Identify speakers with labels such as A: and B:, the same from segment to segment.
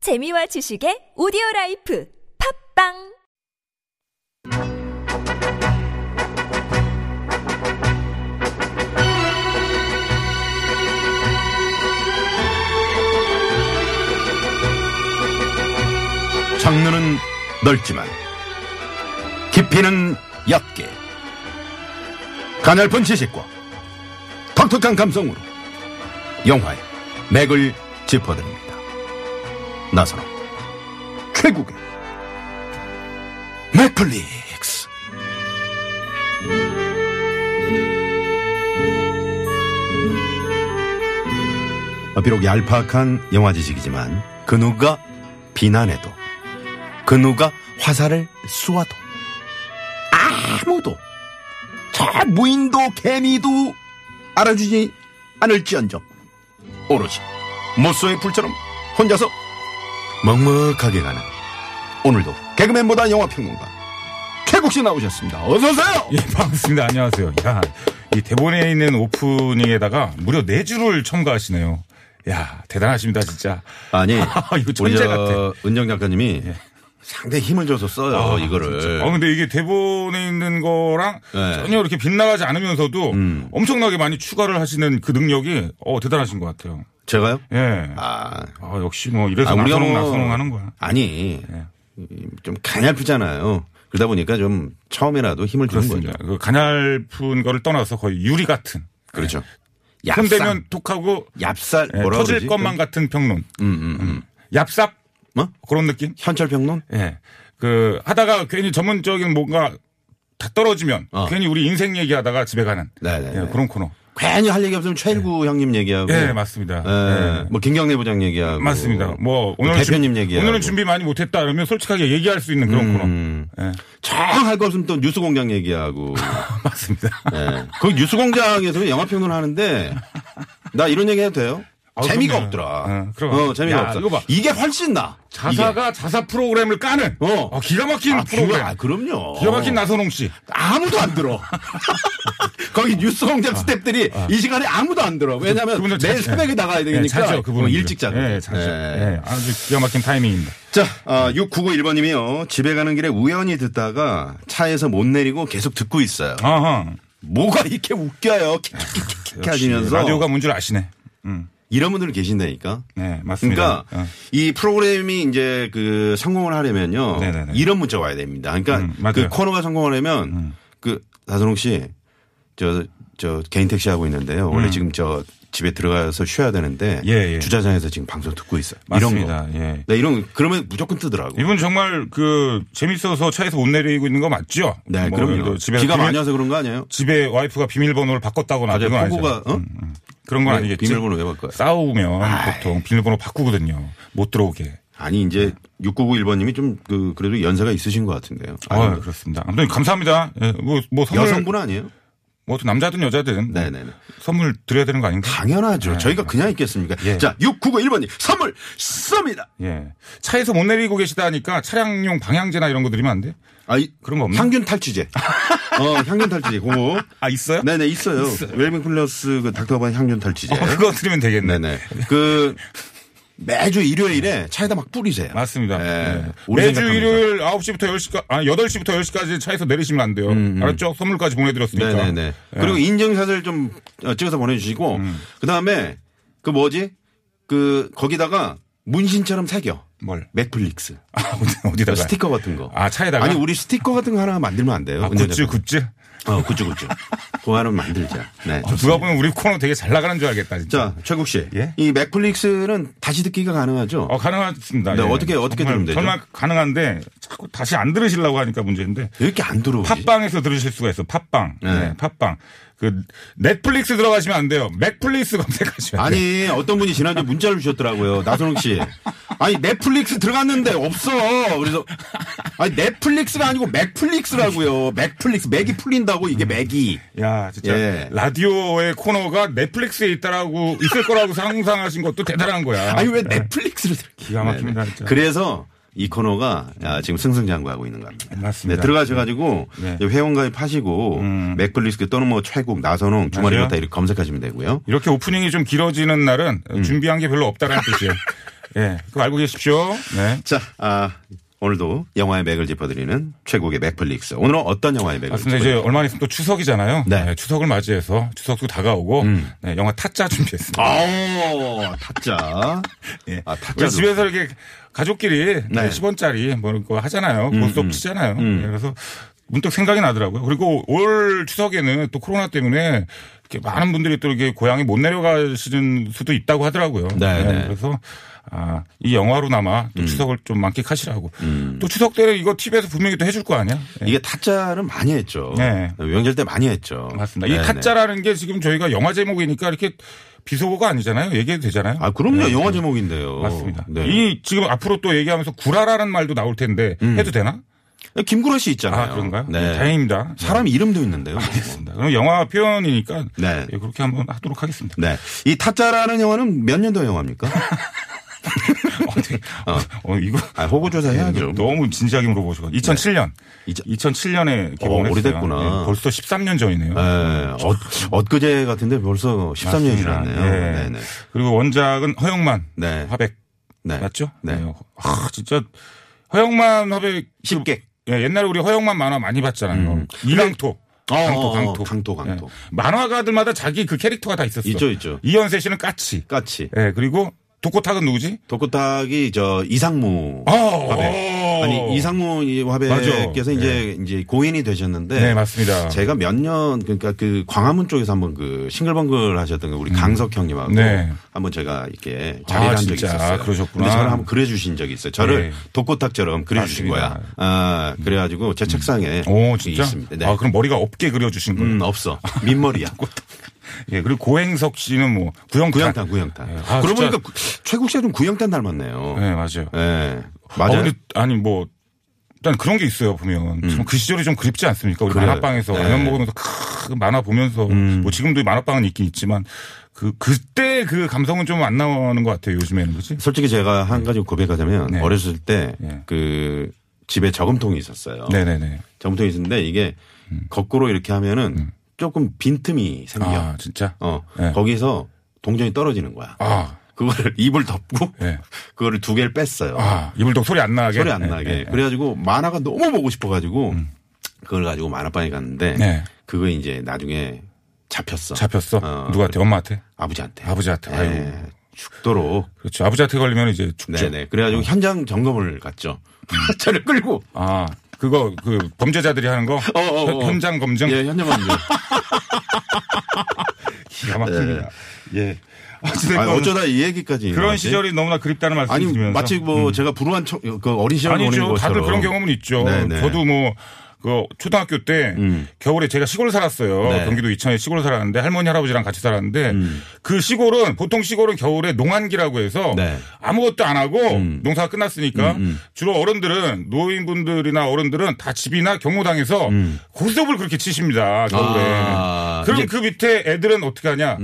A: 재미와 지식의 오디오 라이프 팝빵
B: 장르는 넓지만 깊이는 얕게 가냘픈 지식과 독특한 감성으로 영화의 맥을 짚어드립니다. 나선홍 최국의 맥플릭스 아, 비록 얄팍한 영화 지식이지만 그 누가 비난해도 그 누가 화살을 쏘아도 아무도 저 무인도 개미도 알아주지 않을지언정 오로지 모소의 불처럼 혼자서 먹먹하게 가는 오늘도 개그맨보다 영화평론가 최국씨 나오셨습니다. 어서오세요!
C: 예, 반갑습니다. 안녕하세요. 야, 이 대본에 있는 오프닝에다가 무려 네줄을 첨가하시네요. 야, 대단하십니다, 진짜.
B: 아니,
C: 이거
B: 우리
C: 천재 같아. 예.
B: 저 은정 작가님이 상당히 힘을 줘서 써요, 어, 이거를.
C: 아, 근데 이게 대본에 있는 거랑
B: 네. 음.
C: 전혀 이렇게 빗나가지 않으면서도 엄청나게 많이 추가를 하시는 그 능력이 어, 대단하신 것 같아요.
B: 제가요?
C: 예. 아,
B: 아,
C: 역시 뭐 이래서 나선홍 나선홍 하는 거야. 예.
B: 아니, 이, 좀 가냘프잖아요. 그러다 보니까 좀 처음이라도 힘을 주는
C: 그렇습니다.
B: 거죠.
C: 그 가냘픈 거를 떠나서 거의 유리 같은.
B: 그렇죠.
C: 흠
B: 얍살,
C: 되면 독하고
B: 얍살
C: 예,
B: 뭐라
C: 터질
B: 그러지?
C: 것만 같은 평론.
B: 음, 음, 음.
C: 얍삽
B: 뭐?
C: 그런 느낌?
B: 현철 평론?
C: 예. 그 하다가 괜히 전문적인 뭔가 다 떨어지면
B: 어.
C: 괜히 우리 인생 얘기하다가 집에 가는
B: 네네네. 네.
C: 예, 그런 코너.
B: 괜히 할 얘기 없으면 최일구 형님 얘기하고.
C: 예, 맞습니다.
B: 예,
C: 예.
B: 뭐 김경래 부장 얘기하고.
C: 맞습니다. 뭐 오늘
B: 그 대표님 얘기하고.
C: 오늘은 준비 많이 못했다 그러면 솔직하게 얘기할 수 있는 그런
B: 음.
C: 코너. 예,
B: 정할 거 없으면 또 뉴스공장 얘기하고.
C: 맞습니다.
B: 예. 그 뉴스공장에서 영화 평론 하는데 나 이런 얘기 해도 돼요?
C: 아,
B: 재미가
C: 그럼요.
B: 없더라.
C: 예, 그럼.
B: 어, 재미가
C: 야,
B: 없어.
C: 이거 봐.
B: 이게 훨씬 나.
C: 자사가 자사 프로그램을 까는
B: 어.
C: 어, 기가 막힌 프로그램.
B: 아, 그럼요.
C: 기가 막힌 나선홍 씨.
B: 아무도 안 들어. 거기 뉴스공장 스탭들이 이 시간에 아, 아무도 안 들어. 왜냐면
C: 그분들
B: 내일
C: 자-
B: 새벽에 나가야 되니까
C: 예, 자죠. 그분
B: 어, 일찍 자고.
C: 예, 자죠.
B: 예.
C: 예, 아주 기가 막힌 타이밍입니다.
B: 자, 아, 6991번님이요. 집에 가는 길에 우연히 듣다가 차에서 못 내리고 계속 듣고 있어요.
C: 아하.
B: 뭐가 이렇게 웃겨요. 킥킥킥킥 하시면서.
C: 예, 라디오가 뭔 줄 아시네. 음.
B: 아, 이런 분들 계신다니까.
C: 네, 맞습니다.
B: 그러니까
C: 어.
B: 이 프로그램이 이제 그 성공을 하려면요.
C: 네네네.
B: 이런 문자 와야 됩니다. 그러니까
C: 음, 맞아요. 음.
B: 그 코너가 성공하려면 그 나선홍 씨, 저, 저 개인 택시 하고 있는데요. 원래 지금 저 집에 들어가서 쉬어야 되는데
C: 음. 예, 예.
B: 주차장에서 지금 방송 듣고 있어요.
C: 맞습니다.
B: 이런 거.
C: 예.
B: 네, 이런 거. 그러면 무조건 뜨더라고.
C: 이분 정말 그 재밌어서 차에서 못 내리고 있는 거 맞죠?
B: 네,
C: 뭐
B: 그럼요.
C: 그 집에
B: 비가
C: 비밀-
B: 많이 와서 그런 거 아니에요?
C: 집에 와이프가 비밀번호를 바꿨다거나
B: 맞아요.
C: 그건 아니죠. 음,
B: 폭우가, 어?
C: 그런 건
B: 왜
C: 아니겠지.
B: 비밀번호 왜 바꿔요?
C: 싸우면 보통 비밀번호 바꾸거든요. 못 들어오게.
B: 아니
C: 네.
B: 이제 6991번님이 좀 그 그래도 연세가 있으신 것 같은데요.
C: 아,
B: 아니,
C: 그렇습니다. 아무튼 감사합니다. 예, 뭐, 뭐 선물
B: 여성분 아니에요?
C: 뭐 남자든 여자든
B: 네네네.
C: 선물 드려야 되는 거 아닌가?
B: 당연하죠. 저희가 그냥 있겠습니까?
C: 네. 예.
B: 자, 6991번님 선물 쏩니다.
C: 예. 차에서 못 내리고 계시다 하니까 차량용 방향제나 이런 거 드리면 안 돼?
B: 아, 이,
C: 그런 거 없나?
B: 향균 탈취제. 어, 향균 탈취제. 그거.
C: 아, 있어요?
B: 네네, 있어요. 웰빙 플러스 그 닥터반 향균 탈취제.
C: 어, 그거 드리면 되겠네.
B: 네네. 그 매주 일요일에 차에다 막 뿌리세요.
C: 맞습니다.
B: 예.
C: 네.
B: 우리
C: 매주
B: 생각합니다.
C: 일요일 9시부터 10시까지, 아, 8시부터 10시까지 차에서 내리시면 안 돼요. 알았죠? 선물까지 보내드렸으니까.
B: 음,
C: 예.
B: 네네네. 그리고 인증샷을 좀 어, 찍어서 보내주시고, 그 다음에 그 뭐지? 그 거기다가 문신처럼 새겨.
C: 뭘?
B: 맥플릭스.
C: 아, 어디- 어디다가?
B: 스티커 같은 거.
C: 아, 차에다가?
B: 아니, 우리 스티커 같은 거 하나 만들면 안 돼요?
C: 아, 굿즈, 굿즈?
B: 어, 굿즈, 굿즈. 그거 하나 만들자. 네.
C: 어, 누가 보면 우리 코너 되게 잘 나가는 줄 알겠다, 진짜.
B: 자, 최국 씨.
C: 예?
B: 이 맥플릭스는 다시 듣기가 가능하죠?
C: 어, 가능하습니다.
B: 네, 어떻게- 어떻게 들으면 되죠?
C: 정말 가능한데, 자꾸 다시 안 들으시려고 하니까 문제인데,
B: 왜 이렇게 안 들어오지?
C: 팟빵에서 들으실 수가 있어. 팟빵. 네. 팟빵. 그, 넷플릭스 들어가시면 안 돼요. 맥플릭스 검색하시면 안 돼요.
B: 아니, 어떤 분이 지난주에 문자를 주셨더라고요. 나선홍 씨. 아니, 넷플릭스 들어갔는데 없어. 그래서, 아니, 넷플릭스가 아니고 맥플릭스라고요. 맥플릭스. 맥이 풀린다고, 이게 맥이.
C: 야, 진짜
B: 예.
C: 라디오의 코너가 넷플릭스에 있다라고 있을 거라고 상상하신 것도 대단한 거야.
B: 아니, 왜 넷플릭스를 들어
C: 네.
B: 네,
C: 기가 막힙니다, 진짜.
B: 그래서 이 코너가 아, 지금 승승장구하고 있는 겁니다.
C: 맞습니다.
B: 네, 들어가셔가지고
C: 네. 음.
B: 이제 회원 가입하시고 맥플릭스 또는 뭐 최국 나선홍 주말에
C: 맞아요.
B: 갔다 이렇게 검색하시면 되고요.
C: 이렇게 오프닝이 좀 길어지는 날은 준비한 게 별로 없다라는 뜻이에요. 예, 그거 알고 계십시오. 네.
B: 자, 아, 오늘도 영화의 맥을 짚어드리는 최고의 맥플릭스. 오늘은 어떤 영화의 맥을
C: 맞습니다. 이제
B: 짚어드릴까요?
C: 얼마 있으면 또 추석이잖아요.
B: 네.
C: 추석을 맞이해서 추석도 다가오고 네, 영화 타짜 준비했습니다.
B: 아오, 타짜.
C: 예.
B: 아, 타짜.
C: 우리 집에서 이렇게 가족끼리
B: 네. 음,
C: 10원짜리 뭐 이런 거 하잖아요. 고스톱 치잖아요. 예, 그래서 문득 생각이 나더라고요. 그리고 올 추석에는 또 코로나 때문에 이렇게 많은 분들이 또 이렇게 고향에 못 내려가시는 수도 있다고 하더라고요. 예,
B: 네, 음. 네.
C: 그래서 아, 이 영화로나마 또 추석을 좀 만끽하시라고.
B: 음.
C: 또 추석 때 이거 TV에서 분명히 또 해줄 거 아니야? 예.
B: 이게 타짜는 많이 했죠.
C: 네.
B: 명절 때 많이 했죠.
C: 맞습니다.
B: 네네.
C: 이 타짜라는 게 지금 저희가 영화 제목이니까 이렇게 비속어가 아니잖아요. 얘기해도 되잖아요.
B: 아, 그럼요. 영화 제목인데요.
C: 네. 맞습니다.
B: 네.
C: 이 지금 앞으로 또 얘기하면서 구라라는 말도 나올 텐데 해도 되나?
B: 김구라 씨 있잖아요.
C: 아 그런가요?
B: 음. 네.
C: 네, 다행입니다.
B: 사람 이름도 있는데요.
C: 알겠습니다. 그럼 영화 표현이니까
B: 네.
C: 예, 그렇게 한번 하도록 하겠습니다.
B: 네. 이 타짜라는 영화는 몇 년도 영화입니까?
C: 어떻게- 어, 어, 이거
B: 아, 호구조사 해야죠.
C: 너무 진지하게 물어보시고 2007년
B: 네. 이천-
C: 2007년에 개봉했어요.
B: 오래됐구나.
C: 예, 벌써 13년 전이네요.
B: 네. 어, 엊그제 같은데 벌써 13년이
C: 맞습니다.
B: 지났네요.
C: 예.
B: 네. 네.
C: 그리고 원작은 허영만
B: 네.
C: 화백
B: 네.
C: 맞죠?
B: 네.
C: 아, 진짜 허영만 화백
B: 쉽게.
C: 예, 옛날에 우리 허영만 만화 많이 봤잖아요. 이강토. 강토,
B: 음. 어,
C: 강토.
B: 강토, 강토.
C: 예. 만화가들마다 자기 그 캐릭터가 다 있었어.
B: 있죠, 있죠.
C: 이현세 씨는 까치.
B: 까치.
C: 예, 그리고 독고탁은 누구지?
B: 독고탁이 저 이상무.
C: 아,
B: 화백. 네.
C: 어.
B: 아니 이상무 이 화백께서
C: 맞아.
B: 이제 이제 고인이 되셨는데
C: 네, 맞습니다.
B: 제가 몇 년 그러니까 그 광화문 쪽에서 한번 그 싱글벙글 하셨던 그 우리 강석 형님하고
C: 음. 네.
B: 한번 제가 이렇게 자리를 한
C: 아,
B: 적이
C: 진짜.
B: 있었어요.
C: 아, 그러셨구나.
B: 근데 저를 한번 그려 주신 적이 있어요. 저를
C: 네.
B: 독고탁처럼 그려 주신 거야.
C: 맞습니다. 음.
B: 아, 그래 가지고 제 책상에
C: 오, 진짜?
B: 있습니다. 네.
C: 아, 그럼 머리가 없게 그려주신 거예요.
B: 음, 없어. 민머리야.
C: 예, 그리고 고행석 씨는 뭐, 구형탄.
B: 구형탄, 구형탄.
C: 예, 아,
B: 그러고
C: 진짜.
B: 보니까 최국 씨가 좀 구형탄 닮았네요.
C: 예, 맞아요.
B: 예.
C: 아,
B: 맞아요. 음.
C: 근데 아니 뭐 일단 그런 게 있어요 보면 참그 시절이 좀 그립지 않습니까? 우리
B: 그래요.
C: 만화방에서
B: 네. 음.
C: 라면 먹으면서 크 만화 보면서 뭐 지금도 만화방은 있긴 있지만 그 그때 그 감성은 좀 안 나오는 것 같아요 요즘에는 그렇지?
B: 솔직히 제가 한 가지 고백하자면
C: 네.
B: 어렸을
C: 네.
B: 때 그 집에 저금통이 있었어요.
C: 네네네.
B: 저금통이 있었는데 이게 거꾸로 이렇게 하면은 조금 빈틈이 생겨.
C: 음. 아 진짜?
B: 어
C: 네.
B: 거기서 동전이 떨어지는 거야.
C: 아
B: 그거를 입을 덮고
C: 네.
B: 그거를 두 개를 뺐어요.
C: 아, 이불독 소리 안 나게.
B: 소리 안
C: 네,
B: 나게.
C: 네, 네.
B: 그래가지고 만화가 너무 보고 싶어가지고 그걸 가지고 만화방에 갔는데
C: 음. 네.
B: 그거 이제 나중에 잡혔어.
C: 잡혔어.
B: 어,
C: 누구한테? 엄마한테?
B: 아버지한테.
C: 아버지한테.
B: 예,
C: 아이고.
B: 죽도록
C: 그렇죠. 아버지한테 걸리면 이제 죽죠. 어. 음.
B: 네네. 그래가지고 현장 점검을 갔죠. 저를 끌고.
C: 아 그거 그 범죄자들이 하는 거
B: 어, 어, 어.
C: 현장 검증
B: 예, 현장 검증.
C: 기가 막힙니다.
B: 예.
C: 어찌됐건
B: 아니, 어쩌다 이 얘기까지.
C: 네, 그런
B: 나왔지?
C: 시절이 너무나 그립다는 말씀
B: 아니,
C: 드리면서
B: 마치 뭐 제가 불우한 청, 그 어린 시절 노는
C: 음. 아니죠.
B: 것처럼.
C: 다들 그런 경험은 있죠.
B: 네네. 음.
C: 저도 뭐, 그, 초등학교 때, 겨울에 제가 시골 살았어요.
B: 네. 음.
C: 경기도 이천에 시골 살았는데, 할머니, 할아버지랑 같이 살았는데, 그 시골은, 보통 시골은 겨울에 농한기라고 해서,
B: 네. 음.
C: 아무것도 안 하고, 농사가 끝났으니까, 주로 어른들은, 노인분들이나 어른들은 다 집이나 경로당에서, 고스톱을 그렇게 치십니다. 겨울에.
B: 음. 아,
C: 그럼
B: 이제- 음.
C: 그 밑에 애들은 어떻게 하냐.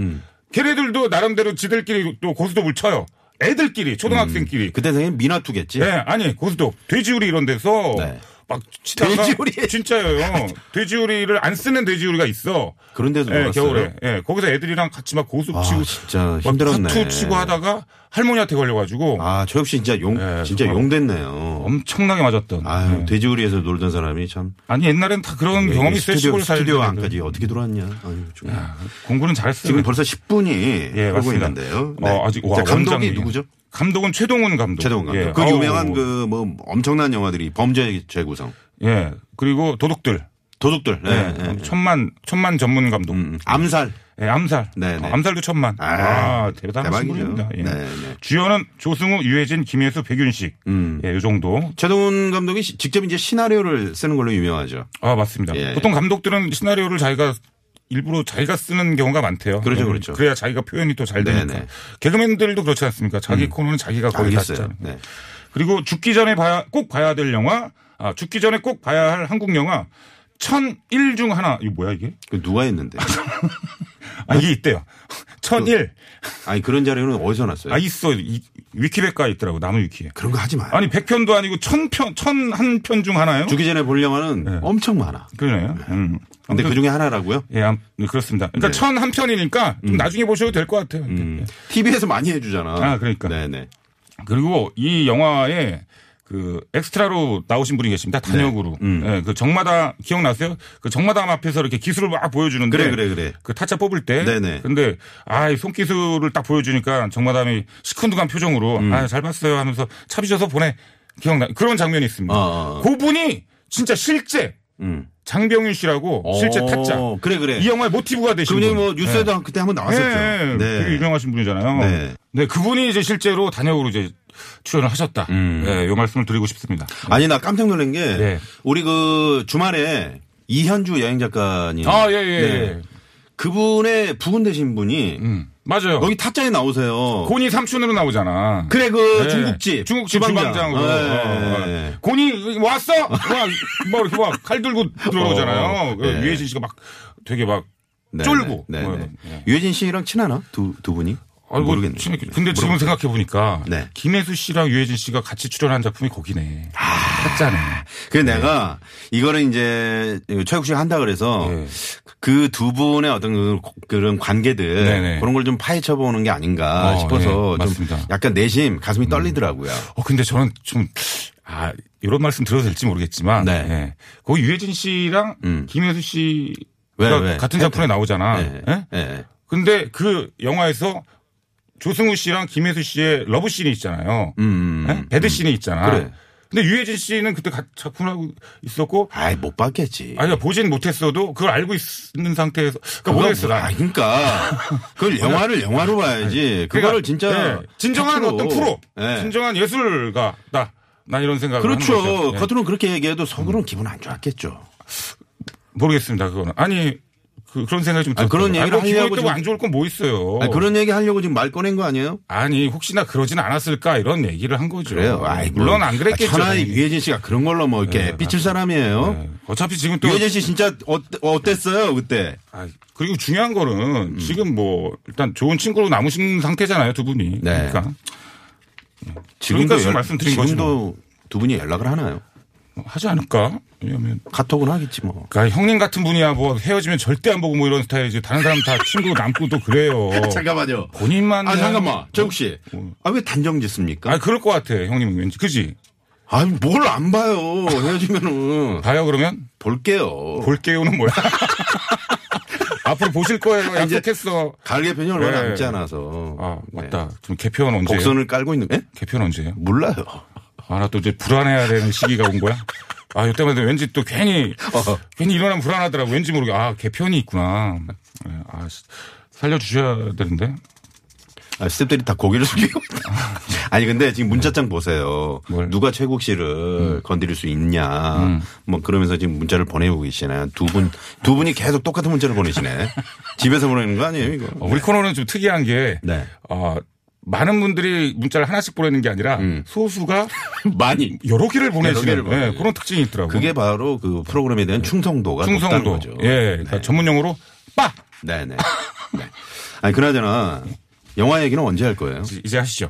C: 걔네들도 나름대로 지들끼리 또 고스톱을 쳐요. 애들끼리, 초등학생끼리.
B: 그때 당연히 미나투겠지.
C: 네, 아니 고스톱 돼지우리 이런 데서
B: 네.
C: 막 치다가
B: 돼지우리?
C: 진짜예요. 돼지우리를 안 쓰는 돼지우리가 있어.
B: 그런데도
C: 예,
B: 놀았어요?
C: 겨울에. 예, 거기서 애들이랑 같이 막 고스톱
B: 아,
C: 치고
B: 진짜
C: 막
B: 힘들었네.
C: 타투 치고 하다가 할머니한테 걸려가지고
B: 아, 저 역시 진짜 용,
C: 네,
B: 진짜
C: 정말.
B: 용됐네요.
C: 엄청나게 맞았던.
B: 아유, 돼지우리에서 놀던 사람이 참.
C: 아니 옛날엔 다 그런 경험이 있어요.
B: 예, 스튜디오,
C: 시골 살
B: 스튜디오
C: 때는.
B: 안까지 어떻게 들어왔냐. 아유, 좀.
C: 공부는 잘했어요.
B: 지금 벌써 10분이
C: 예,
B: 흐르고
C: 맞습니다.
B: 있는데요. 네.
C: 어, 아직 와,
B: 자, 감독이
C: 원장님.
B: 누구죠?
C: 감독은 최동훈 감독.
B: 최동훈 감독.
C: 예,
B: 그
C: 아우,
B: 유명한 그 뭐 엄청난 영화들이 범죄 재구성.
C: 예 그리고 도둑들.
B: 도둑들. 네.
C: 예, 천만 천만 전문 감독.
B: 음, 암살.
C: 예, 암살.
B: 네, 네.
C: 어, 암살도 천만.
B: 아,
C: 아, 대단하신
B: 대박이죠.
C: 분입니다. 예.
B: 네, 음. 네.
C: 주연은 조승우, 유해진, 김혜수, 백윤식. 예, 요 정도.
B: 최동훈 감독이 시- 직접 이제 시나리오를 쓰는 걸로 유명하죠.
C: 아, 맞습니다.
B: 예.
C: 보통 감독들은 시나리오를 자기가 일부러 자기가 쓰는 경우가 많대요.
B: 그렇죠,
C: 예,
B: 그렇죠.
C: 그래야 자기가 표현이 또 잘 되니까.
B: 네, 네.
C: 개그맨들도 그렇지 않습니까? 자기 코너는 자기가 거의 다
B: 알겠어요.
C: 했잖아요.
B: 네.
C: 그리고 죽기 전에 봐야 꼭 봐야 될 영화, 아, 죽기 전에 꼭 봐야 할 한국 영화 1001 중 하나. 이거 뭐야 이게?
B: 그 누가 했는데?
C: 아, 이게 있대요.
B: 그,
C: 1001.
B: 아니 그런 자료는 어디서 났어요?
C: 아, 있어. 이- 위키백과에 있더라고. 나무 위키에.
B: 그런 거 하지 마요.
C: 아니 100편도 아니고 1000편, 1001편 중 하나요?
B: 죽기 전에 볼 영화는
C: 네.
B: 엄청 많아.
C: 그러네요. 음.
B: 근데 그 중에 하나라고요?
C: 예, 암- 네, 그렇습니다. 그러니까
B: 네. 음.
C: 1001편이니까 좀 나중에 보셔도 될 것 같아요. 이렇게.
B: TV에서 많이 해주잖아.
C: 아, 그러니까.
B: 네네.
C: 그리고 이 영화에 그 엑스트라로 나오신 분이 계십니다. 단역으로.
B: 음.
C: 예, 그 정마당 기억나세요? 그 정마당 앞에서 이렇게 기술을 막 보여주는데
B: 그래, 그래, 그래.
C: 그 타짜 뽑을 때.
B: 네네.
C: 근데 아이 손기술을 딱 보여주니까 정마담이 시큰둥한 표정으로
B: 음.
C: 아 잘 봤어요 하면서 차비져서 보내 기억나 그런 장면이 있습니다.
B: 어.
C: 그분이 진짜 실제
B: 음.
C: 장병윤 씨라고 실제
B: 어,
C: 타짜
B: 그래, 그래.
C: 이 영화의 모티브가 되신
B: 그분이
C: 분.
B: 뭐 뉴스에도 한- 그때 한번 나왔었죠.
C: 네, 되게 유명하신 분이잖아요.
B: 네.
C: 네. 그분이 이제 실제로 단역으로 이제 출연을 하셨다.
B: 음.
C: 네, 요 말씀을 드리고 싶습니다.
B: 아니 나 깜짝 놀란 게
C: 네.
B: 우리 그 주말에 이현주 여행 작가님
C: 아, 예,
B: 네.
C: 예, 예.
B: 그분의 부군 되신 분이
C: 음, 맞아요.
B: 여기 타짜에 나오세요.
C: 곤이 삼촌으로 나오잖아.
B: 그래 그
C: 네.
B: 중국집
C: 중국집
B: 주방장.
C: 주방장으로. 어,
B: 예.
C: 어. 곤이 왔어? 와, 막 이렇게 막 칼 들고 들어오잖아요.
B: 어,
C: 그
B: 네.
C: 유해진 씨가 막 되게 막
B: 네,
C: 쫄고.
B: 네, 네,
C: 뭐,
B: 네.
C: 예.
B: 유해진 씨랑 친하나 두, 두 분이
C: 아, 뭐,
B: 모르겠네.
C: 친- 근데 지금 생각해 보니까
B: 네.
C: 김혜수 씨랑 유해진 씨가 같이 출연한 작품이 거기네.
B: 아.
C: 타짜네.
B: 그래 내가 이거를 이제 최국 씨가 한다 그래서
C: 네.
B: 그 두 분의 어떤 그- 그런 관계들
C: 네네.
B: 그런 걸 좀 파헤쳐 보는 게 아닌가
C: 어,
B: 싶어서
C: 네,
B: 좀
C: 맞습니다. 음.
B: 약간 내심 가슴이 떨리더라고요.
C: 어, 근데 저는 좀, 아, 이런 말씀 들어도 될지 모르겠지만.
B: 네.
C: 예. 거기 유해진 씨랑
B: 음.
C: 김혜수 씨가
B: 왜, 왜?
C: 같은 작품에 나오잖아.
B: 네.
C: 예?
B: 네.
C: 근데 그 영화에서 조승우 씨랑 김혜수 씨의 러브 씬이 있잖아요.
B: 음.
C: 예? 배드 씬이 있잖아.
B: 그래.
C: 근데 유해진 씨는 그때 같은 작품을 하고 있었고.
B: 아이 못 봤겠지.
C: 아니, 보진 못했어도 그걸 알고 있는 상태에서. 그러니까 모르겠어. 나.
B: 아, 그러니까 그걸 영화를 영화로 봐야지. 그거를
C: 그러니까,
B: 진짜
C: 예, 진정한
B: 팩트로.
C: 어떤 프로,
B: 예.
C: 진정한 예술가다. 난 이런 생각을 하는
B: 그렇죠.
C: 거죠. 음. 예.
B: 겉으로는 그렇게 얘기해도 속으로는 기분 안 좋았겠죠.
C: 모르겠습니다. 그거는 아니 그, 런 생각이 좀
B: 아,
C: 들어요.
B: 그런 얘기를 하려고
C: 기분이
B: 지금-
C: 또안 좋을 건 뭐 있어요.
B: 아니, 그런 얘기 하려고 지금 말 꺼낸 거 아니에요?
C: 아니, 혹시나 그러진 않았을까 이런 얘기를 한 거죠.
B: 그래요. 어. 아이,
C: 물론 안 그랬겠죠.
B: 아, 천하의
C: 당연히.
B: 유해진 씨가 그런 걸로 뭐 이렇게
C: 네,
B: 삐칠 사람이에요.
C: 네. 어차피 지금 또
B: 유해진 씨 진짜 어, 어땠어요 그때?
C: 아, 그리고 중요한
B: 음.
C: 거는 지금 뭐 일단 좋은 친구로 남으신 상태잖아요 두 분이.
B: 네.
C: 그러니까 그러니까 지금
B: 연-
C: 말씀드린
B: 지금도 뭐. 두 분이 연락을 하나요?
C: 뭐 하지 않을까? 왜냐하면
B: 카톡은 하겠지 뭐.
C: 그러니까 형님 같은 분이야 뭐 헤어지면 절대 안 보고 뭐 이런 스타일이지 다른 사람 다 친구 남고 또 그래요.
B: 어. 잠깐만요.
C: 본인만
B: 아
C: 그냥-
B: 잠깐만 정국 씨. 아 왜 단정 짓습니까?
C: 아 그럴 것 같아 형님은 왠지 그지?
B: 아니 뭘 안 봐요 헤어지면은
C: 봐요 그러면
B: 볼게요.
C: 볼게요는 뭐야? 앞으로 보실 거예요.
B: 아, 이제-
C: 약속했어.
B: 가을개 편이 얼마나
C: 네.
B: 남지 않아서.
C: 아
B: 네.
C: 맞다. 지금 개편 언제예요?
B: 곡선을 깔고 있는. 예?
C: 개편 언제예요?
B: 몰라요.
C: 아나 또 이제 불안해야 되는 시기가 온 거야. 아 이때만 해도 왠지 또 괜히 괜히 일어나면 불안하더라고. 왠지 모르게 아 개편이 있구나. 예, 아 시- 살려주셔야 되는데.
B: 아, 스탭들이 다 고개를 숙이고. 아니 근데 지금 문자창 보세요.
C: 뭘? 음.
B: 누가 최국 씨를 건드릴 수 있냐. 뭐 그러면서 지금 문자를 보내고 계시나요? 두 분 두 분이 계속 똑같은 문자를 보내시네. 집에서 보내는 거 아니에요 이거?
C: 어, 우리 코너는 좀 특이한 게
B: 네.
C: 어, 많은 분들이 문자를 하나씩 보내는 게 아니라 소수가
B: 많이.
C: 여러 개를
B: 음. 개를
C: 보내시는
B: 보내요.
C: 예, 그런 특징이 있더라고요.
B: 그게 바로 그 프로그램에 대한 충성도가 높다는
C: 충성도.
B: 거죠. 네.
C: 예, 그러니까 전문 용어로 빠
B: 네네. 네. 아니 그나저나 영화 얘기는 언제 할 거예요?
C: 이제- 이제 하시죠.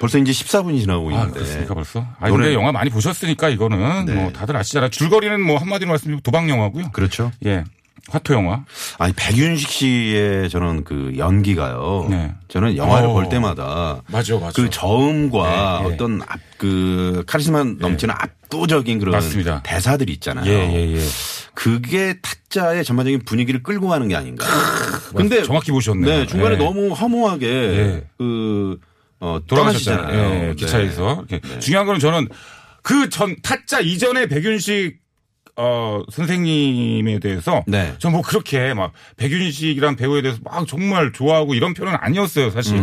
B: 벌써 이제 14분이 지나고
C: 아,
B: 있는데.
C: 그렇습니까 벌써? 아,
B: 네. 노래-
C: 근데 영화 많이 보셨으니까 이거는
B: 네.
C: 뭐 다들 아시잖아요. 줄거리는 뭐 한마디로 말씀드리면 도박 영화고요.
B: 그렇죠.
C: 예. 화토 영화.
B: 아니 백윤식 씨의 저는 그 연기가요.
C: 네.
B: 저는 영화를
C: 어.
B: 볼 때마다
C: 맞아, 맞아.
B: 그 저음과
C: 네, 네.
B: 어떤 압, 그 카리스마 넘치는 압도적인 그런
C: 예. 맞습니다.
B: 대사들이 있잖아요.
C: 예, 예, 예.
B: 그게 타짜의 전반적인 분위기를 끌고 가는 게 아닌가. 근데
C: 정확히 보셨네요.
B: 네, 중간에
C: 예.
B: 너무 허무하게
C: 예.
B: 그 어,
C: 돌아가셨잖아요.
B: 돌아가시잖아요. 네.
C: 예, 기차에서. 이렇게. 중요한 거는 저는 그 전 타짜 이전에 백윤식 어, 선생님에 대해서
B: 네.
C: 전 뭐 그렇게 막 백윤식이란 배우에 대해서 막 정말 좋아하고 이런 편은 아니었어요, 사실.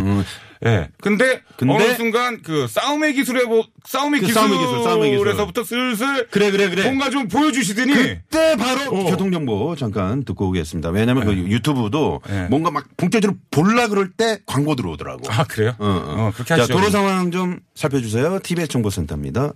C: 예. 근데,
B: 음. 근데
C: 어느 순간 그 싸움의 기술에 뭐 싸움의
B: 그 싸움의 기술, 싸움의 기술.
C: 기술에서부터 슬슬
B: 그래, 그래, 그래.
C: 뭔가 좀 보여주시더니
B: 그때 바로
C: 어. 예.
B: 교통정보 잠깐 듣고 오겠습니다. 왜냐하면 그 유튜브도
C: 네.
B: 뭔가 막 본격적으로 볼라 그럴 때 광고 들어오더라고.
C: 아 그래요?
B: 어, 어.
C: 어, 그렇게 하시죠.
B: 자, 도로 상황 좀 살펴주세요. TBS 정보센터입니다.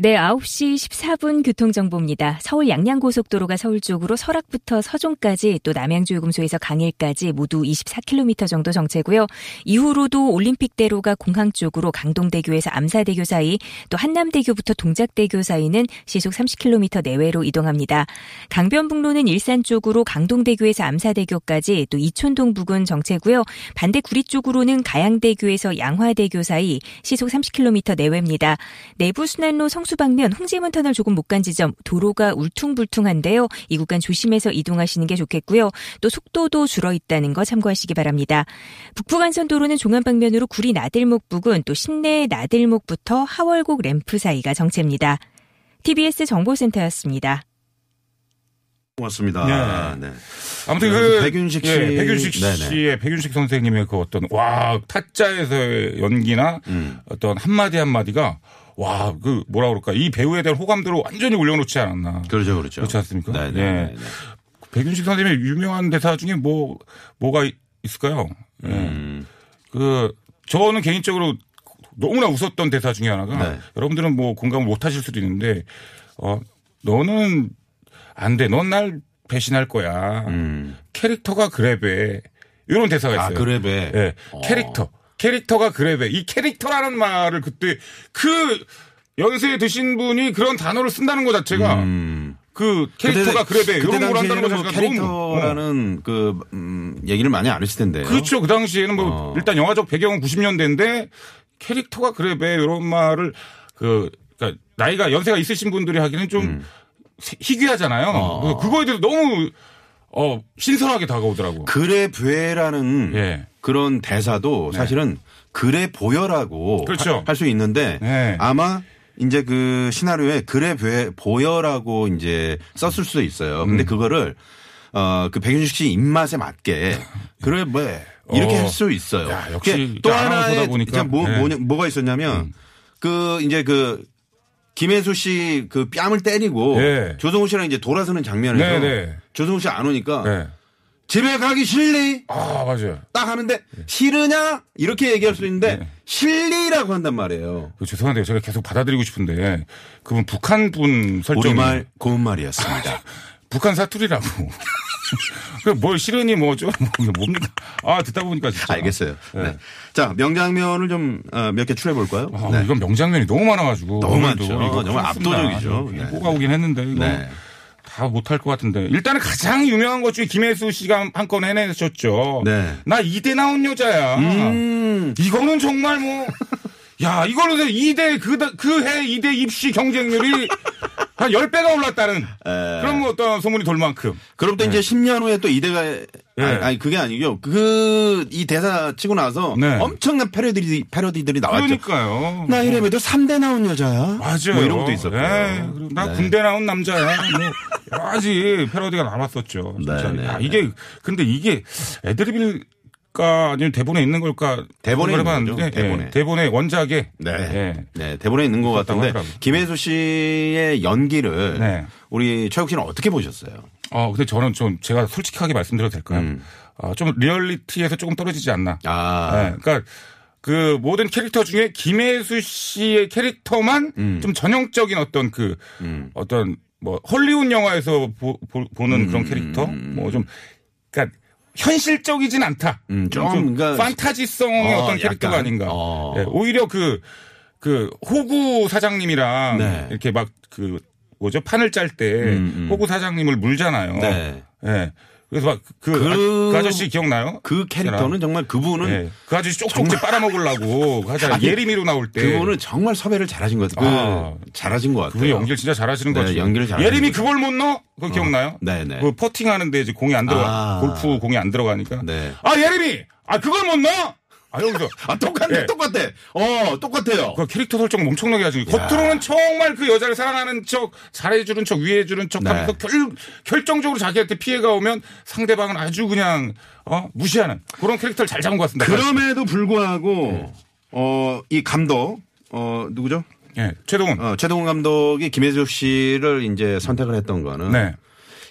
D: 네, 9시 14분 교통정보입니다. 서울 양양고속도로가 서울 쪽으로 설악부터 서종까지 또 남양주요금소에서 강일까지 모두 24km 정도 정체고요. 이후로도 올림픽대로가 공항 쪽으로 강동대교에서 암사대교 사이 또 한남대교부터 동작대교 사이는 시속 30km 내외로 이동합니다. 강변북로는 일산 쪽으로 강동대교에서 암사대교까지 또 이촌동 부근 정체고요. 반대 구리 쪽으로는 가양대교에서 양화대교 사이 시속 30km 내외입니다. 내부순환로 성수방면 홍제문 터널 조금 못 간 지점 도로가 울퉁불퉁한데요. 이 구간 조심해서 이동하시는 게 좋겠고요. 또 속도도 줄어 있다는 거 참고하시기 바랍니다. 북부간선도로는 종암방면으로 구리 나들목 부근 또 신내 나들목부터 하월곡 램프 사이가 정체입니다. TBS 정보센터였습니다.
B: 고맙습니다. 네.
C: 아무튼
B: 그래서
C: 그
B: 백윤식 씨.
C: 예, 백윤식
B: 네네.
C: 씨의 백윤식 선생님의 그 어떤 와 타짜에서의 연기나
B: 음.
C: 어떤 한 마디 한 마디가 와 그 뭐라 그럴까 이 배우에 대한 호감도를 완전히 올려놓지 않았나.
B: 그렇죠, 그렇죠.
C: 그렇지 않습니까?
B: 네,
C: 예.
B: 네. 네.
C: 백윤식 선생님의 유명한 대사 중에 뭐 뭐가 이- 있을까요? 예.
B: 음.
C: 그 저는 개인적으로 너무나 웃었던 대사 중에 하나가
B: 네.
C: 여러분들은 뭐 공감을 못 하실 수도 있는데 어 너는 안 돼. 넌 날 배신할 거야. 캐릭터가 그래베. 이런 대사가 있어요.
B: 음. 아, 그래베.
C: 예.
B: 어.
C: 캐릭터. 캐릭터가 그래베. 이 캐릭터라는 말을 그때 그 연세에 드신 분이 그런 단어를 쓴다는 것 자체가 그 캐릭터가 그래베
B: 음. 그때
C: 이런 걸 한다는 것
B: 당시에는 뭐
C: 자체가 너무 어.
B: 캐릭터라는 그 음, 얘기를 많이 안 했을 텐데요.
C: 그렇죠. 그 당시에는 뭐
B: 어.
C: 일단 영화적 배경은 90년대인데 캐릭터가 그래베 이런 말을 그 그러니까 나이가 연세가 있으신 분들이 하기는 좀
B: 음.
C: 시- 희귀하잖아요.
B: 어.
C: 그래서 그거에 대해서 너무 어 신선하게 다가오더라고.
B: 그래 뵈라는
C: 예. 네.
B: 그런 대사도 사실은 그래 보여라고
C: 그렇죠.
B: 할 수 있는데
C: 네.
B: 아마 이제 그 시나리오에 그래 뵈- 보여라고 이제 썼을 수도 있어요.
C: 음.
B: 근데 그거를 어그 백윤식 씨 입맛에 맞게 그래 뭐 이렇게
C: 네. 어.
B: 할 수 있어요.
C: 야, 역시
B: 그게 또
C: 이제 아나운서다
B: 하나의
C: 보니까.
B: 진짜 뭐,
C: 네. 음.
B: 뭐냐, 뭐가 있었냐면 그 이제 그 김혜수 씨 그 뺨을 때리고
C: 예.
B: 조성우 씨랑 이제 돌아서는 장면에서
C: 네, 네.
B: 조성우 씨 안 오니까
C: 네.
B: 집에 가기 싫니?
C: 아 맞아요.
B: 딱 하는데
C: 예.
B: 싫으냐 이렇게 얘기할 수 있는데
C: 네.
B: 실리라고 한단 말이에요.
C: 그 죄송한데요. 제가 계속 받아들이고 싶은데 그분 북한 분 설정
B: 고운
C: 아,
B: 말이었습니다.
C: 북한 사투리라고. 그뭘 실은이 뭐 어쩌고 뭐 뭡니까? 아 듣다 보니까 진짜 예.
B: 알겠어요. 네. 자 명장면을 좀 어, 몇 개 출해 볼까요? 네.
C: 아, 이건 명장면이 너무 많아가지고
B: 너무
C: 오늘도
B: 많죠. 정말
C: 큰일 났습니다.
B: 압도적이죠.
C: 좀
B: 네.
C: 뽑아오긴 했는데 이거
B: 네.
C: 다 못할 것 같은데 일단은 가장 유명한 것 중에 김혜수 씨가 한 건 해내셨죠.
B: 네.
C: 나 이대 나온 여자야.
B: 음,
C: 이거는 정말 뭐. 야, 이걸로 해서 2대, 그, 그해 2대 입시 경쟁률이 한 10배가 올랐다는 그런 뭐 어떤 소문이 돌 만큼.
B: 그럼 또
C: 예.
B: 이제 10년 후에 또 이대가 아니, 아니, 그게 아니고요. 그 이 대사 치고 나서
C: 네.
B: 엄청난 패러디 패러디들이 나왔죠.
C: 그러니까요. 뭐.
B: 나 이래봬도 3대 나온 여자야.
C: 맞아요.
B: 뭐 이런 것도 있었고요.
C: 예, 그리고 나
B: 네.
C: 군대 나온 남자야. 뭐 여러 가지 패러디가 남았었죠. 진짜.
B: 네, 네,
C: 야,
B: 네.
C: 이게 근데 이게 애드립일까 아니면 대본에 있는 걸까?
B: 대본에
C: 생각을
B: 있는
C: 해봤는데,
B: 거죠. 대본에.
C: 예, 대본에 원작에.
B: 네.
C: 예.
B: 네, 대본에 있는 것
C: 있었다고
B: 같은데
C: 하더라고요.
B: 김혜수 씨의 연기를
C: 네.
B: 우리 최욱 씨는 어떻게 보셨어요?
C: 어 근데 저는 좀 제가 솔직하게 말씀드려도 될까요?
B: 음.
C: 어, 좀 리얼리티에서 조금 떨어지지 않나.
B: 아,
C: 예, 그러니까 그 모든 캐릭터 중에 김혜수 씨의 캐릭터만
B: 음.
C: 좀 전형적인 어떤 그 어떤 뭐 헐리우드 영화에서 보, 는 그런
B: 음.
C: 캐릭터 뭐 좀 그러니까 현실적이진 않다.
B: 음, 좀 그러니까
C: 판타지성의
B: 어,
C: 어, 떤 캐릭터가
B: 약간.
C: 아닌가.
B: 어.
C: 예, 오히려 그, 그, 호구 사장님이랑
B: 네.
C: 이렇게 막 그, 뭐죠? 판을 짤 때
B: 음.
C: 호구 사장님을 물잖아요.
B: 네.
C: 예. 그래서 막 그,
B: 그-
C: 아- 그 아저씨 기억나요?
B: 그 캐릭터는 정말 그분은
C: 예. 그 아저씨 쪽쪽지 빨아먹으려고 그 하잖아요.
B: 아니,
C: 예림이로 나올 때.
B: 그분은 정말 섭외를 잘하신 것
C: 네. 아.
B: 같아요. 그 잘하신 것 같아요.
C: 분이 연기를 진짜 잘하시는
B: 네,
C: 거죠.
B: 연기를 잘하시는
C: 예림이
B: 거죠.
C: 그걸 못 넣어? 그거 기억나요?
B: 네네.
C: 그 퍼팅 하는데 이제 공이 안 들어가.
B: 아.
C: 골프 공이 안 들어가니까.
B: 네.
C: 아, 예림이! 아, 그걸 못 넣어? 아, 여기서.
B: 아 똑같네,
C: 예.
B: 똑같아. 어, 똑같아요.
C: 그 캐릭터 설정 엄청나게 하죠. 겉으로는 정말 그 여자를 사랑하는 척, 잘해주는 척, 위해주는 척
B: 네.
C: 하면서 결, 결정적으로 자기한테 피해가 오면 상대방은 아주 그냥, 어, 무시하는 그런 캐릭터를 잘 잡은 것 같습니다.
B: 그럼에도
C: 네.
B: 불구하고 어, 이 감독 어 누구죠?
C: 예, 최동훈.
B: 어, 최동훈 감독이 김혜수 씨를 이제 선택을 했던 거는
C: 네.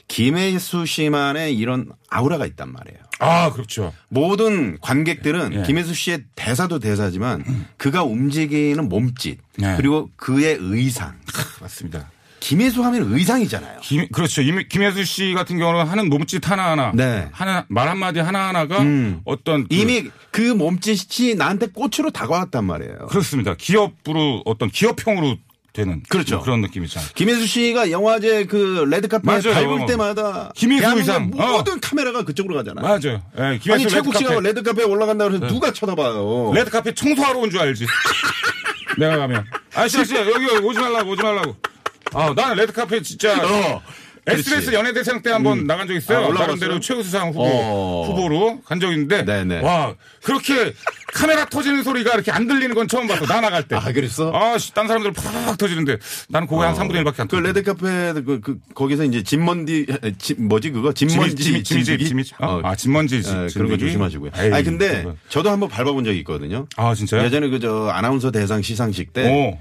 B: 김혜수 씨만의 이런 아우라가 있단 말이에요.
C: 아, 그렇죠.
B: 모든 관객들은
C: 예. 음.
B: 김혜수 씨의 대사도 대사지만 그가 움직이는 몸짓
C: 예.
B: 그리고 그의 의상.
C: 맞습니다.
B: 김혜수 하면 의상이잖아요.
C: 김, 그렇죠. 임- 김혜수 씨 같은 경우는 하는 몸짓 하나하나.
B: 네. 음.
C: 하나, 말 한마디 하나하나가 어떤. 그-
B: 이미 그 몸짓이 나한테 꽃으로 다가왔단 말이에요.
C: 그렇습니다. 기업으로 어떤 기업형으로 되는. 뭐
B: 그렇죠.
C: 그런 느낌이잖아요.
B: 김혜수 씨가 영화제 그 레드카펫
C: 맞아요.
B: 밟을 때마다
C: 김혜수
B: 대한민국
C: 의상. 어.
B: 모든 카메라가 그쪽으로 가잖아요.
C: 맞아요. 예, 김혜수
B: 아니 최국 씨가
C: 레드카펫.
B: 레드카펫 올라간다 그래서 누가 쳐다봐요.
C: 레드카펫 청소하러 온 줄 알지. 내가 가면. 아저씨, 아저씨, 여기 여기 오지 말라고, 오지 말라고. 아, 나는 레드카펫 진짜.
B: 어.
C: SBS
B: 그렇지.
C: 연예대상 때 한번 나간 적 있어요.
B: 아, 올라갔어요?
C: 나름대로 최우수상 후보,
B: 어.
C: 후보로 간 적이 있는데.
B: 네네.
C: 와, 그렇게 카메라 터지는 소리가 이렇게 안 들리는 건 처음 봤어. 나 나갈 때.
B: 아, 그랬어?
C: 아, 씨, 딴 사람들 팍팍 터지는데 나는 그거 한 3분의 1밖에
B: 그
C: 안 터져.
B: 레드카펫 그, 그 거기서 이제 진먼디 에, 진- 뭐지 그거 진먼지
C: 지미- 지미- 지미- 지미- 어? 아, 진먼지 지-
B: 에, 그런 거
C: 진먼지.
B: 조심하시고요.
C: 에이,
B: 아니 근데
C: 그거.
B: 저도 한번 밟아본 적이 있거든요.
C: 아, 진짜요?
B: 예전에 그 저 아나운서 대상 시상식 때
C: 오.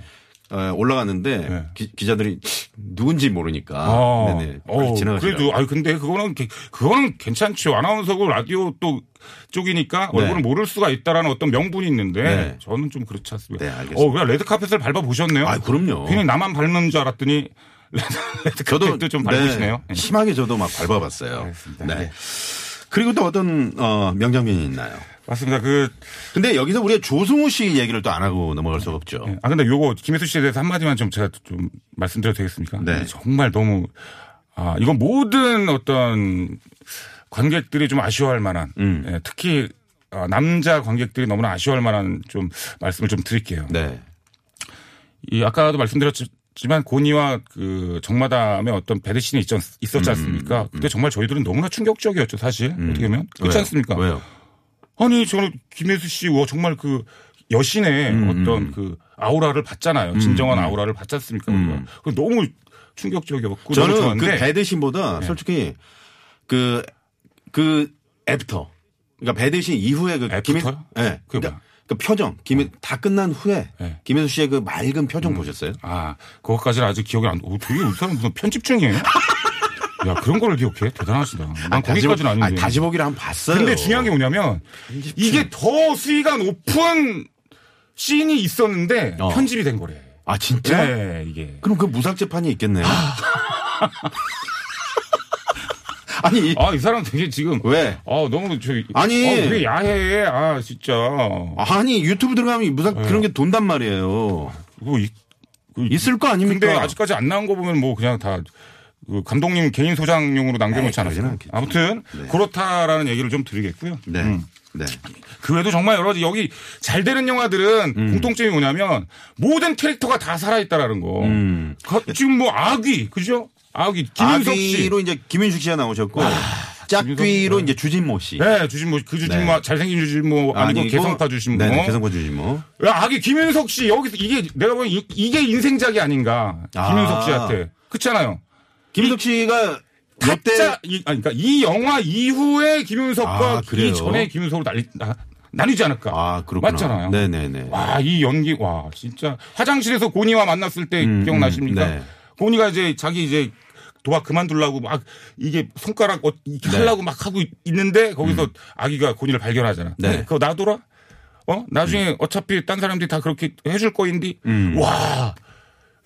B: 어, 올라갔는데
C: 네.
B: 기, 자들이 누군지 모르니까
C: 아,
B: 네네
C: 어,
B: 지나가시더라고요.
C: 그래도, 아니, 근데 그거는, 게- 그거는 괜찮죠. 아나운서고 라디오 또 쪽이니까
B: 네.
C: 얼굴을 모를 수가 있다라는 어떤 명분이 있는데
B: 네.
C: 저는 좀 그렇지 않습니다.
B: 네, 알겠습니다.
C: 어, 왜 레드카펫을 밟아보셨네요?
B: 아, 그럼요.
C: 괜히 나만 밟는 줄 알았더니 레드카펫도 좀 밟으시네요.
B: 네, 심하게 저도 막 밟아봤어요.
C: 알겠습니다.
B: 네.
C: 네.
B: 그리고 또 어떤 어, 명장면이 있나요?
C: 맞습니다. 그,
B: 근데 여기서 우리가 조승우 씨 얘기를 또 안 하고 넘어갈 수가 없죠.
C: 예. 아, 근데 요거 김혜수 씨에 대해서 한마디만 좀 제가 좀 말씀드려도 되겠습니까?
B: 네.
C: 정말 너무, 아, 이건 모든 어떤 관객들이 좀 아쉬워할 만한,
B: 음.
C: 예, 특히 아, 남자 관객들이 너무나 아쉬워할 만한 좀 말씀을 좀 드릴게요.
B: 네.
C: 이 아까도 말씀드렸지만 고니와 그 정마담의 어떤 배드신이 있었,
B: 음,
C: 있었지 않습니까? 그때 정말 저희들은 너무나 충격적이었죠, 사실. 어떻게 보면. 그렇지
B: 왜요?
C: 않습니까?
B: 왜요?
C: 아니 저는 김혜수 씨 와, 정말 그 여신의
B: 음,
C: 어떤 그 아우라를 봤잖아요. 진정한 아우라를 봤지 않습니까? 그 너무
B: 음.
C: 충격적이었고 너무
B: 저는 그
C: 좋았는데 예.
B: 배드신보다 솔직히 그, 그 애프터. 그러니까 배드신 이후에 그 김-
C: 애프터요?
B: 예.
C: 그게
B: 그러니까
C: 뭐야? 어.
B: 그 표정. 김, 다 끝난 후에
C: 네.
B: 김혜수 씨의 그 맑은 표정 보셨어요?
C: 아 그것까지는 아직 기억이 안. 오, 되게 이 사람 무슨 편집 중이에요? 야 그런 걸 기억해? 대단하시다. 난 거기까지는
B: 다시,
C: 아닌데.
B: 보- 아니, 다시 보기를 한번 봤어요.
C: 근데 중요한 게 뭐냐면 이게 더 수위가 높은 씬이 있었는데
B: 어.
C: 편집이 된 거래.
B: 아, 진짜?
C: 네 이게.
B: 그럼 그 무삭재판이 있겠네요. 아니, 이-
C: 아 이 사람 되게 지금
B: 왜?
C: 아 너무 저
B: 아니.
C: 아, 되게 야해. 아 진짜.
B: 아니, 유튜브 들어가면 무삭
C: 예.
B: 그런 게 돈단 말이에요.
C: 그거 이- 그
B: 있을 거 아닙니까?
C: 근데 아직까지 안 나온 거 보면 뭐 그냥 다그 감독님 개인 소장용으로 남겨놓지
B: 에이, 그러진
C: 않았어요.
B: 않겠죠.
C: 아무튼
B: 네.
C: 그렇다라는 얘기를 좀 드리겠고요.
B: 네. 네.
C: 그 외에도 정말 여러 가지 여기 잘 되는 영화들은
B: 음.
C: 공통점이 뭐냐면 모든 캐릭터가 다 살아있다라는 거. 거- 지금 뭐 아귀 그죠? 아귀 김윤석 씨.
B: 음.
C: 아,
B: 아귀로 이제 김윤숙 씨가 나오셨고 짝귀로
C: 김윤석
B: 이제 주진모 씨.
C: 네, 주진모 그 주진모
B: 네.
C: 잘생긴 주진모 아니고 개성파 주진모.
B: 네네, 개성파 주진모.
C: 야, 아기 김윤석 씨 여기서 이게 내가 보기엔 이- 이게 인생작이 아닌가
B: 아.
C: 김윤석 씨한테 그렇잖아요.
B: 김윤숙 씨가
C: 타짜
B: 롯데
C: 이, 아니, 그러니까 이 영화 이후에 김윤석과
B: 아,
C: 이
B: 그래요?
C: 전에 김윤석으로 날리, 나, 나뉘지 않을까?
B: 아 그렇구나.
C: 맞잖아요.
B: 네네네.
C: 와, 이 연기, 와, 진짜. 화장실에서 고니와 만났을 때
B: 음,
C: 기억나십니까?
B: 네.
C: 고니가 이제 자기 이제 도박 그만둘라고 막 이게 손가락 어, 이렇게
B: 네. 음.
C: 하려고 막 하고 있는데 거기서 아기가 고니를 발견하잖아.
B: 네. 음.
C: 그거 놔둬라? 어? 나중에 어차피 딴 사람들이 다 그렇게 해줄 거인데. 와.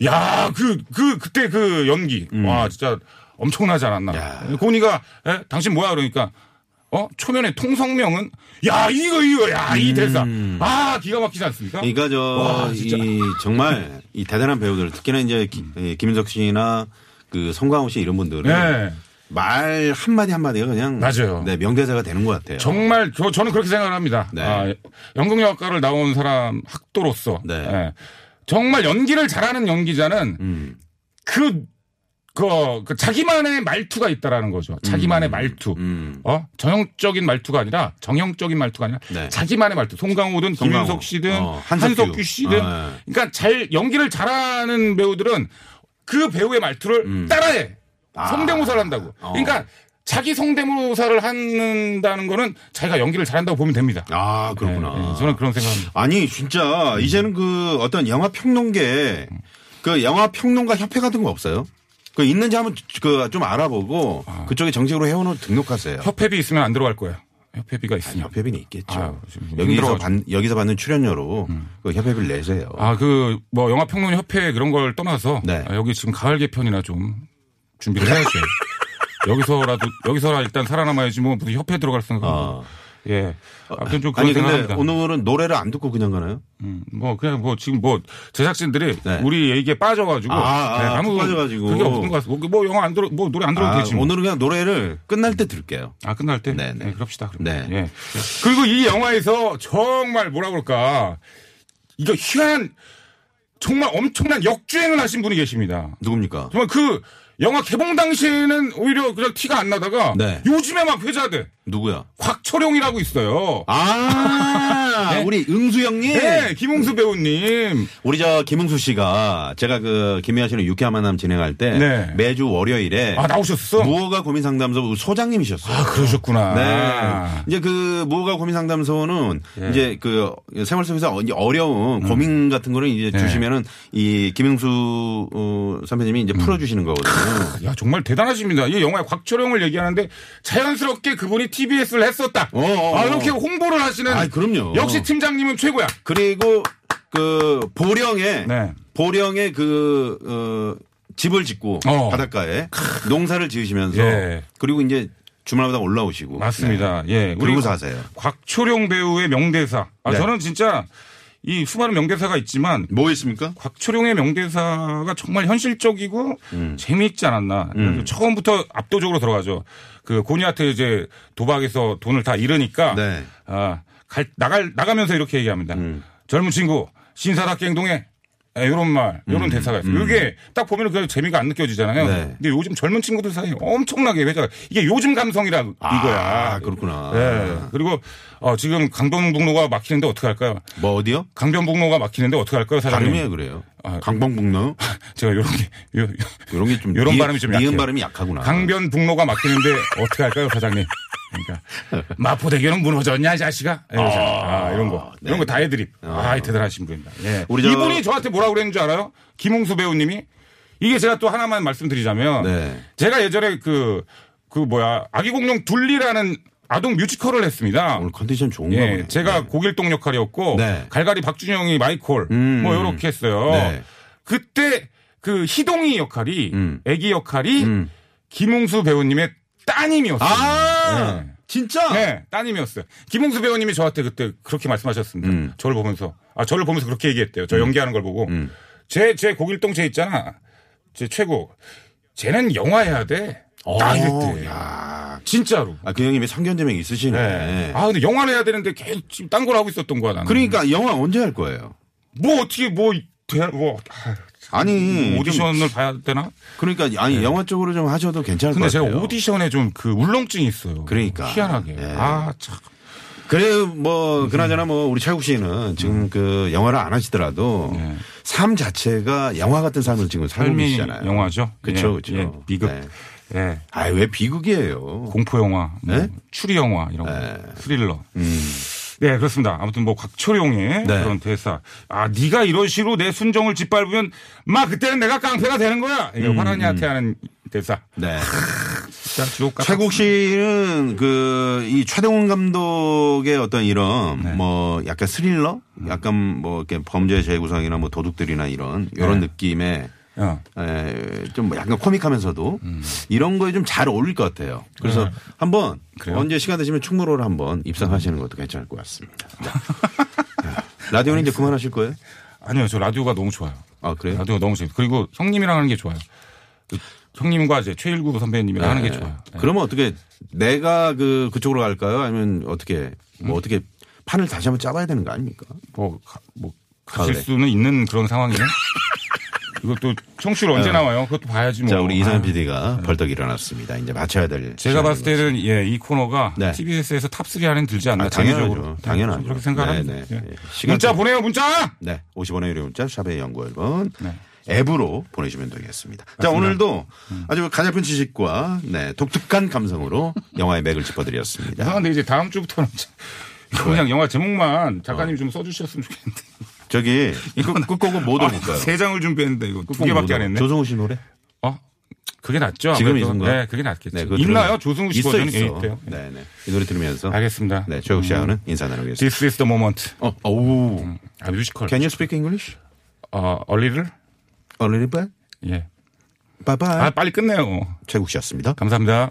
C: 야, 그, 그, 그때 그 연기. 와, 진짜 엄청나지 않았나.
B: 음. 야.
C: 고니가, 에? 당신 뭐야? 그러니까. 어? 초면에 통성명은? 야, 이거, 이거, 야,
B: 음.
C: 이 대사. 아, 기가 막히지 않습니까?
B: 그러니까
C: 와, 진짜.
B: 저이 정말 이 대단한 배우들 특히나 이제 기, 예, 김윤석 씨나 그 송강호 씨 이런 분들은
C: 네.
B: 말 한마디 한마디가 그냥
C: 맞아요.
B: 네, 명대사가 되는 것 같아요.
C: 정말 저, 저는 그렇게 생각을 합니다.
B: 네.
C: 아, 연극영화과를 나온 사람 학도로서
B: 네.
C: 예. 정말 연기를 잘하는 연기자는
B: 음.
C: 그, 그, 그 자기만의 말투가 있다라는 거죠. 자기만의 말투.
B: 음.
C: 어? 전형적인 말투가 아니라 정형적인 말투가 아니라
B: 네.
C: 자기만의 말투. 송강호든
B: 송강호.
C: 김윤석 씨든
B: 어, 한석규.
C: 한석규, 씨든
B: 아,
C: 그러니까 잘 연기를 잘하는 배우들은 그 배우의 말투를 따라해.
B: 음. 아.
C: 성대모사를 한다고.
B: 어.
C: 그러니까 자기 성대모사를 한다는 거는 자기가 연기를 잘한다고 보면 됩니다.
B: 아 그렇구나.
C: 예, 예, 저는 그런 생각합니다.
B: 아니 진짜 이제는 그 어떤 영화 평론계 그 영화 평론가 협회 같은 거 없어요? 그 있는지 한번 그 좀 알아보고 그쪽에 정식으로 회원으로 등록하세요.
C: 협회비 있으면 안 들어갈 거예요. 협회비가 있으면.
B: 협회비는 있겠죠.
C: 아유, 지금
B: 여기서,
C: 힘들어가지고. 음.
B: 받, 여기서 받는 출연료로 그 협회비를 내세요.
C: 아, 그, 뭐, 영화평론협회 그런 걸 떠나서.
B: 네.
C: 아, 여기 지금 가을 개편이나 좀 준비를 해야죠. 여기서라도, 여기서라 일단 살아남아야지 뭐, 무슨 협회 들어갈 생각.
B: 아.
C: 예. 아무튼 좀 그런
B: 어, 아니 근데
C: 생각합니다.
B: 오늘은 노래를 안 듣고 그냥 가나요?
C: 음, 뭐, 그냥 뭐, 지금 뭐, 제작진들이
B: 네.
C: 우리 얘기에 빠져가지고.
B: 아, 아,
C: 무
B: 빠져가지고.
C: 그게 없는 것 같습니다. 뭐, 영화 안 들어, 뭐, 노래 안 들어도
B: 아,
C: 되지. 뭐.
B: 오늘은 그냥 노래를 끝날 때 들게요.
C: 아 끝날 때.
B: 네네.
C: 네, 그럽시다. 그럼.
B: 네.
C: 예. 그리고 이 영화에서 정말 뭐라 그럴까 이거 희한한 정말 엄청난 역주행을 하신 분이 계십니다.
B: 누굽니까?
C: 정말 그 영화 개봉 당시에는 오히려 그냥 티가 안 나다가
B: 네.
C: 요즘에 막 회자돼
B: 누구야?
C: 곽철용이라고 있어요.
B: 아 우리 응수 형님.
C: 네, 김웅수 배우님.
B: 우리 저 김웅수 씨가 제가 그 김희아 씨는 유쾌한 만남 진행할 때
C: 네.
B: 매주 월요일에
C: 아 나오셨어?
B: 무허가 고민 상담소 소장님이셨어요.
C: 아 그러셨구나. 아, 예.
B: 네. 이제 그 무허가 고민 상담소는 이제 그 생활 속에서 어- 이제
C: 음.
B: 어려운 고민 같은 거를
C: 예.
B: 이제 주시면은 이 김영수 어, 선배님이
C: 음.
B: 이제 풀어주시는 거거든요.
C: 야 정말 대단하십니다. 이 영화에 곽철용을 얘기하는데 자연스럽게 그분이 TBS를 했었다.
B: 어, 어,
C: 아
B: 어.
C: 이렇게 홍보를 하시는.
B: 아이, 그럼요.
C: 역시 팀장님은 최고야.
B: 그리고 그 보령에
C: 네.
B: 보령에 그 어, 집을 짓고
C: 어.
B: 바닷가에 농사를 지으시면서
C: 예.
B: 그리고 이제 주말마다 올라오시고
C: 맞습니다. 예,
B: 그리고 네. 사세요.
C: 곽초룡 배우의 명대사. 아
B: 네.
C: 저는 진짜 이 수많은 명대사가 있지만
B: 뭐 있습니까?
C: 곽초룡의 명대사가 정말 현실적이고
B: 음.
C: 재미있지 않았나. 그래서 처음부터 압도적으로 들어가죠. 그 고니아트 이제 도박에서 돈을 다 잃으니까
B: 네. 음.
C: 아, 갈, 나갈 나가면서 이렇게 얘기합니다. 젊은 친구 신사답게 행동해. 이런 말, 이런 대사가 있어요. 이게 딱 보면 그 재미가 안 느껴지잖아요.
B: 음. 네.
C: 근데 요즘 젊은 친구들 사이에 엄청나게 회자가 이게 요즘 감성이라 이거야.
B: 아, 그렇구나.
C: 예. 그리고 어, 지금 강변북로가 막히는데 어떻게 할까요?
B: 뭐 어디요?
C: 강변북로가 막히는데 어떻게 할까요, 사장님?
B: 발음이 왜 그래요?
C: 아.
B: 강봉북로
C: 제가 요런 게 요, 요-
B: 이런 게좀
C: 요런 발음이 좀 약해요.
B: 니은 발음이 약하구나.
C: 강변 북로가 막히는데 어떻게 할까요, 사장님? 그러니까 마포대교는 무너졌냐, 이 자식아? 이러죠. 아, 이런 거.
B: 네.
C: 이런 거 다 해드립. 아, 대단하신 분입니다. 예.
B: 우리 저-
C: 이분이 저한테 뭐라고 그랬는지 알아요? 김홍수 배우님이 이게 제가 또 하나만 말씀드리자면
B: 네.
C: 제가 예전에 그, 그 뭐야, 아기공룡 둘리라는 아동 뮤지컬을 했습니다.
B: 오늘 컨디션 좋은가
C: 예,
B: 보네.
C: 제가
B: 네.
C: 고길동 역할이었고
B: 네.
C: 갈갈이 박준영이 마이콜
B: 음,
C: 뭐 요렇게 했어요.
B: 네.
C: 그때 그 희동이 역할이
B: 음.
C: 애기 역할이
B: 음.
C: 김웅수 배우님의 따님이었어요.
B: 아
C: 네.
B: 진짜?
C: 네, 따님이었어요. 김웅수 배우님이 저한테 그때 그렇게 말씀하셨습니다.
B: 음.
C: 저를 보면서 아 저를 보면서 그렇게 얘기했대요. 저 연기하는 걸 보고
B: 음.
C: 제 제 고길동 쟤 있잖아. 제 최고. 쟤는 영화 해야 돼. 딱 이랬대.
B: 어, 야.
C: 진짜로.
B: 아, 그 형님이 상견재명 있으시네.
C: 네. 아 근데 영화를 해야 되는데 계속 지금 딴 걸 하고 있었던 거야 나는.
B: 그러니까 영화 언제 할 거예요?
C: 뭐 어떻게 뭐, 돼, 뭐 아,
B: 아니 음, 좀-
C: 오디션을 봐야 되나?
B: 그러니까 아니 영화 쪽으로 좀 하셔도 괜찮을 것
C: 네. 근데 제가
B: 같아요.
C: 오디션에 좀 그 울렁증이 있어요.
B: 그러니까.
C: 희한하게.
B: 예.
C: 아 참.
B: 그래 뭐 그나저나 뭐 우리 차국 씨는 지금
C: 음.
B: 그 영화를 안 하시더라도 삶 자체가 영화 같은 삶을 지금 살고
C: 네. 삶이
B: 계시잖아요.
C: 영화죠.
B: 그렇죠,
C: 예,
B: 그렇죠.
C: 예, 비극. 예.
B: 아왜 비극이에요?
C: 공포 영화, 뭐
B: 네? 음.
C: 추리 영화 이런 거, 스릴러. 네 그렇습니다. 아무튼 뭐
B: 네.
C: 곽초룡의 그런 대사. 아 네가 이런 식으로 내 순정을 짓밟으면 막 그때는 내가 깡패가 되는 거야. 이거
B: 음,
C: 화란이한테 하는 대사.
B: 네.
C: 진짜 주옥 같은.
B: 최국 씨는 그 이 최동원 감독의 어떤 이런
C: 네.
B: 뭐 약간 스릴러,
C: 음.
B: 약간 뭐 이렇게 범죄 재구성이나 뭐 도둑들이나 이런 이런 느낌의
C: 네. 어. 음.
B: 에, 좀뭐 약간 코믹하면서도 이런 거에 좀 잘 어울릴 것 같아요. 그래서
C: 네.
B: 한번 언제 시간 되시면 충무로를 한번 입상하시는 것도 괜찮을 것 같습니다. 네. 라디오는 이제 그만하실 거예요?
C: 아니요 저 라디오가 너무 좋아요.
B: 아 그래요?
C: 라디오 너무 재밌고 그리고 형님이랑 하는 게 좋아요. 그 형님과 이제 최일구 선배님이랑 하는 게
B: 네.
C: 좋아요. 네.
B: 그러면 어떻게 내가 그 그쪽으로 갈까요? 아니면 어떻게
C: 음?
B: 뭐 어떻게 판을 다시 한번 짜봐야 되는 거 아닙니까?
C: 뭐, 가- 뭐 가실
B: 가을에.
C: 수는 있는 그런 상황이네. 이것도 청취율 언제 나와요? 그것도 봐야지 뭐.
B: 네. 자, 우리 이상현
C: 아,
B: PD가 벌떡 일어났습니다. 이제 맞춰야 될.
C: 제가
B: 시간인
C: 봤을
B: 거죠.
C: 때는 예, 이 코너가
B: 네.
C: TBS에서 탑3 안에 들지 않나.
B: 아, 당연하죠.
C: 세계적으로.
B: 당연하죠.
C: 그렇게 생각합니다.
B: 네, 네.
C: 예.
B: 시간
C: 문자
B: 좀-
C: 보내요, 문자!
B: 네. 50원의 유료 문자 샵의 연구 앨범
C: 네.
B: 앱으로 보내주시면 되겠습니다. 자, 오늘도
C: 음.
B: 아주 가냘픈 지식과 네, 독특한 감성으로 영화의 맥을
C: 아,
B: 짚어드렸습니다.
C: 근데 이제 다음 주부터는 참- 그냥 영화 제목만 작가님 이좀 써주셨으면 좋겠는데. 아,
B: 저기 어. 끝- 끝곡은 뭐 들어볼까요?
C: 세 장을 준비했는데 이거 두
B: 끝곡은 뭐
C: 개밖에 안
B: 들어-
C: 했네.
B: 조성우 씨 노래?
C: 어? 그게 낫죠.
B: 지금 이
C: 아무래도.
B: 순간?
C: 네, 그게 낫겠죠.
B: 그거
C: 있나요?
B: 들으면-
C: 조승우 씨
B: 있어,
C: 버전이
B: 있어.
C: 예, 있대요.
B: 네, 네. 이 노래 들으면서.
C: 알겠습니다. 음.
B: 네, 최욱 씨하고는 인사 나누겠습니다.
C: This is the moment.
B: 어, 오.
C: 아, 뮤지컬.
B: Can you speak English?
C: 어, 얼리를?
B: A little bit?
C: 예.
B: Bye bye.
C: 아, 빨리 끝내요.
B: 최국 씨였습니다.
C: 감사합니다.